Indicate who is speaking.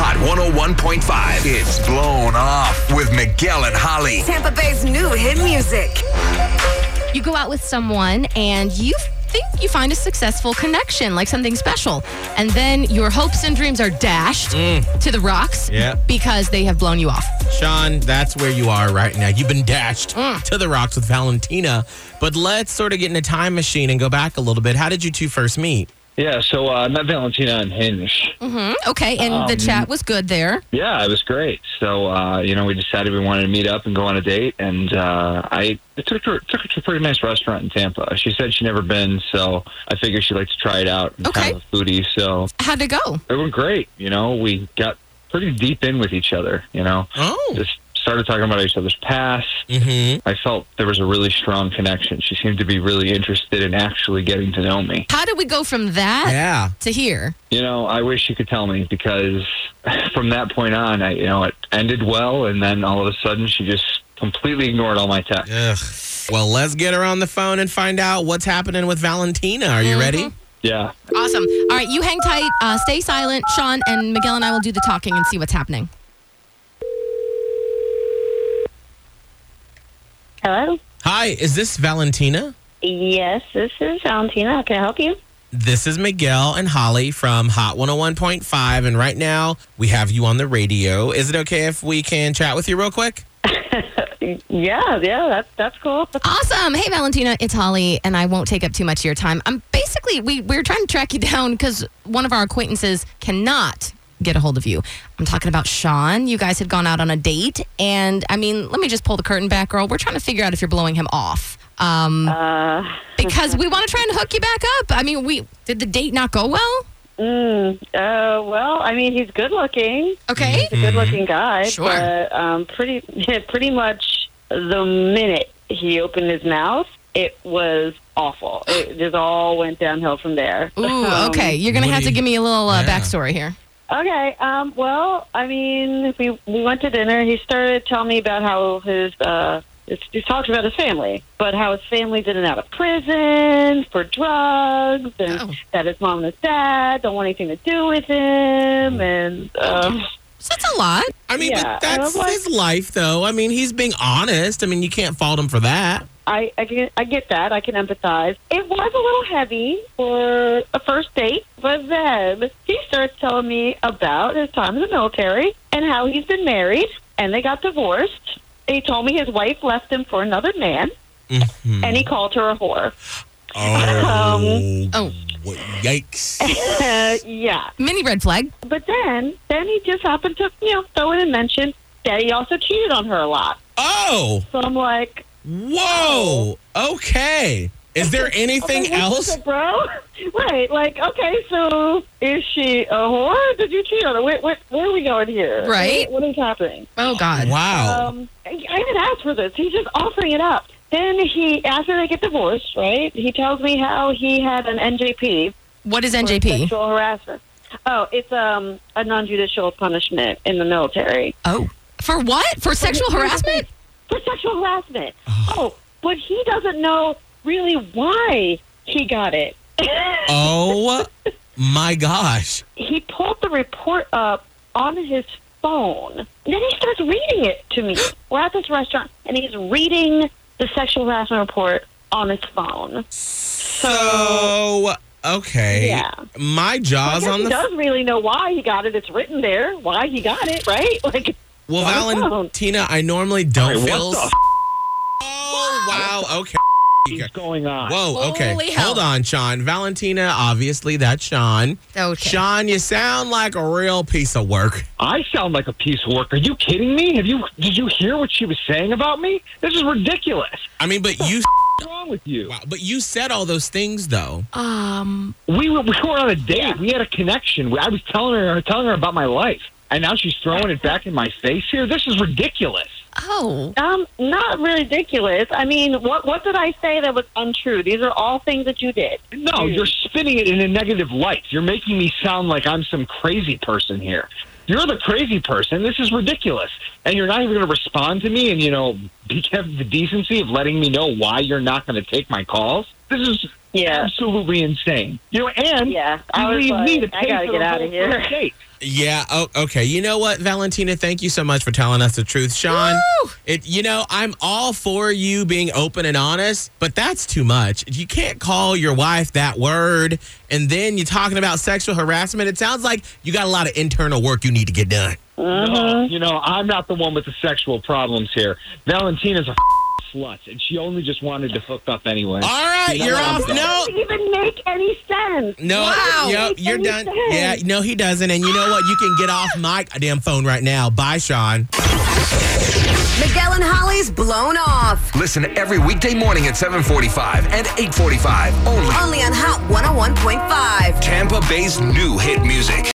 Speaker 1: Hot 101.5. It's blown off with Miguel and Holly.
Speaker 2: Tampa Bay's new hit music.
Speaker 3: you go out with someone and you think you find a successful connection, like something special. And then your hopes and dreams are dashed to the rocks
Speaker 4: Mm. Yeah.
Speaker 3: because they have blown you off.
Speaker 4: Sean, that's where you are right now. You've been dashed
Speaker 5: Mm.
Speaker 4: to the rocks with Valentina. But let's sort of get in a time machine and go back a little bit. How did you two first meet?
Speaker 6: Yeah, so uh, I met Valentina on Hinge.
Speaker 3: Hmm, Okay, and the
Speaker 4: Um,
Speaker 3: chat was good there.
Speaker 6: Yeah, it was great. So uh, you know, we decided we wanted to meet up and go on a date, and uh, I I took her took her to a pretty nice restaurant in Tampa. She said she'd never been, so I figured she'd like to try it out. and
Speaker 3: Okay.
Speaker 6: kind of a foodie, so
Speaker 3: How'd it go?
Speaker 6: it went great. You know, we got pretty deep in with each other. You know,
Speaker 4: Oh.
Speaker 6: just started talking about each other's past.
Speaker 4: Mm-hmm.
Speaker 6: I felt there was a really strong connection. She seemed to be really interested in actually getting to know me.
Speaker 3: How did we go from that
Speaker 4: Yeah.
Speaker 3: to here?
Speaker 6: You know, I wish you could tell me because from that point on, I you know it ended well, and then all of a sudden she just completely ignored all my texts.
Speaker 4: Ugh. Well, let's get her on the phone and find out what's happening with Valentina. Are
Speaker 5: Mm-hmm.
Speaker 4: you ready?
Speaker 6: Yeah,
Speaker 3: Awesome. All right, you hang tight, uh, stay silent. Sean and Miguel and I will do the talking and see what's happening.
Speaker 5: Hello?
Speaker 4: Hi, is this Valentina?
Speaker 5: Yes, this is Valentina. How can I help you?
Speaker 4: This is Miguel and Holly from Hot 101.5. And right now, we have you on the radio. Is it okay if we can chat with you real quick?
Speaker 5: Yeah, yeah, that's that's cool.
Speaker 3: Awesome. Hey, Valentina, it's Holly, and I won't take up too much of your time. I'm basically, we, we're trying to track you down because one of our acquaintances cannot get a hold of you. I'm talking about Sean. You guys had gone out on a date, and I mean, let me just pull the curtain back, girl. We're trying to figure out if you're blowing him off. Um,
Speaker 5: Uh,
Speaker 3: because we want to try and hook you back up. I mean, we did the date not go well?
Speaker 5: Mm, uh, well, I mean, he's good looking.
Speaker 3: Okay.
Speaker 5: He's a good looking guy.
Speaker 3: Mm-hmm. Sure.
Speaker 5: But um, pretty, pretty much the minute he opened his mouth, it was awful. It just all went downhill from there.
Speaker 3: Ooh,
Speaker 5: Um,
Speaker 3: okay. You're going to
Speaker 4: What
Speaker 3: have to
Speaker 4: do you-
Speaker 3: give me a little uh,
Speaker 4: Yeah.
Speaker 3: backstory here.
Speaker 5: Okay. Um, well, I mean, we we went to dinner. He started telling me about how his uh, his, he talked about his family, but how his family's in and out of prison for drugs, and
Speaker 3: Oh.
Speaker 5: that his mom and his dad don't want anything to do with him, and um,
Speaker 3: So that's a lot.
Speaker 4: I mean,
Speaker 5: Yeah, I
Speaker 4: but that's
Speaker 5: was like-
Speaker 4: his life, though. I mean, he's being honest. I mean, you can't fault him for that.
Speaker 5: I I get, I get that. I can empathize. It was a little heavy for a first date, but then he starts telling me about his time in the military and how he's been married and they got divorced. He told me his wife left him for another man, and he called her a whore.
Speaker 4: Oh,
Speaker 3: Oh.
Speaker 4: what- yikes!
Speaker 5: Uh, yeah,
Speaker 3: Mini red flag.
Speaker 5: but then then he just happened to you know throw in and mention that he also cheated on her a lot.
Speaker 4: Oh,
Speaker 5: So I'm like,
Speaker 4: whoa. Okay. Is there anything
Speaker 5: Okay, what's
Speaker 4: else?
Speaker 5: up, bro? Right, like, okay, so is she a whore? Did you cheat on her? Wait, wait, where are we going here?
Speaker 3: Right.
Speaker 5: What is happening?
Speaker 3: Oh, God.
Speaker 4: Wow.
Speaker 5: Um, I didn't ask for this. He's just offering it up. Then he, after they get divorced, right, he tells me how he had an NJP.
Speaker 3: What is
Speaker 5: for
Speaker 3: NJP?
Speaker 5: Sexual harassment. Oh, it's um, a non-judicial punishment in the military.
Speaker 3: Oh. For what? For sexual harassment?
Speaker 5: for sexual harassment. Oh, but he doesn't know really why he got it.
Speaker 4: oh my gosh.
Speaker 5: he pulled the report up on his phone. Then he starts reading it to me. We're at this restaurant, and he's reading the sexual harassment report on his phone.
Speaker 4: So okay.
Speaker 5: Yeah.
Speaker 4: My
Speaker 5: I
Speaker 4: jaw's
Speaker 5: guess
Speaker 4: on
Speaker 5: he
Speaker 4: the.
Speaker 5: does really know why he got it. It's written there. Why he got it, right? Like,
Speaker 4: well,
Speaker 5: on the phone.
Speaker 4: Valentina, I normally don't
Speaker 6: Wait, what
Speaker 4: feel.
Speaker 6: the
Speaker 4: s- oh wow. Okay.
Speaker 6: what's going on?
Speaker 4: Whoa, okay.
Speaker 3: Holy hell.
Speaker 4: Hold on, Sean. Valentina, obviously that's Sean.
Speaker 3: Okay.
Speaker 4: Sean, you sound like a real piece of work.
Speaker 6: I sound like a piece of work. Are you kidding me? Have you did you hear what she was saying about me? This is ridiculous.
Speaker 4: I mean, but you
Speaker 6: wrong with you?
Speaker 4: Wow. But you said all those things though.
Speaker 3: Um,
Speaker 6: We were, we were on a date. We had a connection. I was telling her telling her about my life, and now she's throwing it back in my face here. This is ridiculous.
Speaker 3: oh.
Speaker 5: Um, not ridiculous. I mean, what what did I say that was untrue? These are all things that you did.
Speaker 6: No, you're spinning it in a negative light. You're making me sound like I'm some crazy person here. You're the crazy person. This is ridiculous. And you're not even going to respond to me and, you know, be, have the decency of letting me know why you're not going to take my calls. This is
Speaker 5: Yeah.
Speaker 6: absolutely insane. You know, and
Speaker 5: Yeah, I
Speaker 6: you
Speaker 5: was
Speaker 6: leave me to
Speaker 5: like, I
Speaker 6: pay
Speaker 5: gotta
Speaker 6: for
Speaker 5: get
Speaker 6: the
Speaker 5: outta
Speaker 6: whole
Speaker 5: here.
Speaker 6: first date.
Speaker 4: Yeah. Oh, okay. You know what, Valentina? Thank you so much for telling us the truth, Sean. It. You know, I'm all for you being open and honest, but that's too much. You can't call your wife that word, and then you're talking about sexual harassment. It sounds like you got a lot of internal work you need to get done.
Speaker 6: No, you know, I'm not the one with the sexual problems here. Valentina's a slut, and she only just wanted to hook up anyway.
Speaker 4: All right,
Speaker 6: You know
Speaker 4: you're
Speaker 6: what I'm
Speaker 4: off.
Speaker 6: saying?
Speaker 4: No,
Speaker 5: Doesn't even make any sense.
Speaker 4: No, yep,
Speaker 5: Makes
Speaker 4: you're
Speaker 5: any
Speaker 4: done.
Speaker 5: sense.
Speaker 4: Yeah, no, he doesn't. And you know what? You can get off my damn phone right now. Bye, Sean.
Speaker 2: Miguel and Holly's blown off.
Speaker 1: Listen every weekday morning at 745 and 845 only.
Speaker 2: Only on Hot 101.5.
Speaker 1: Tampa Bay's new hit music.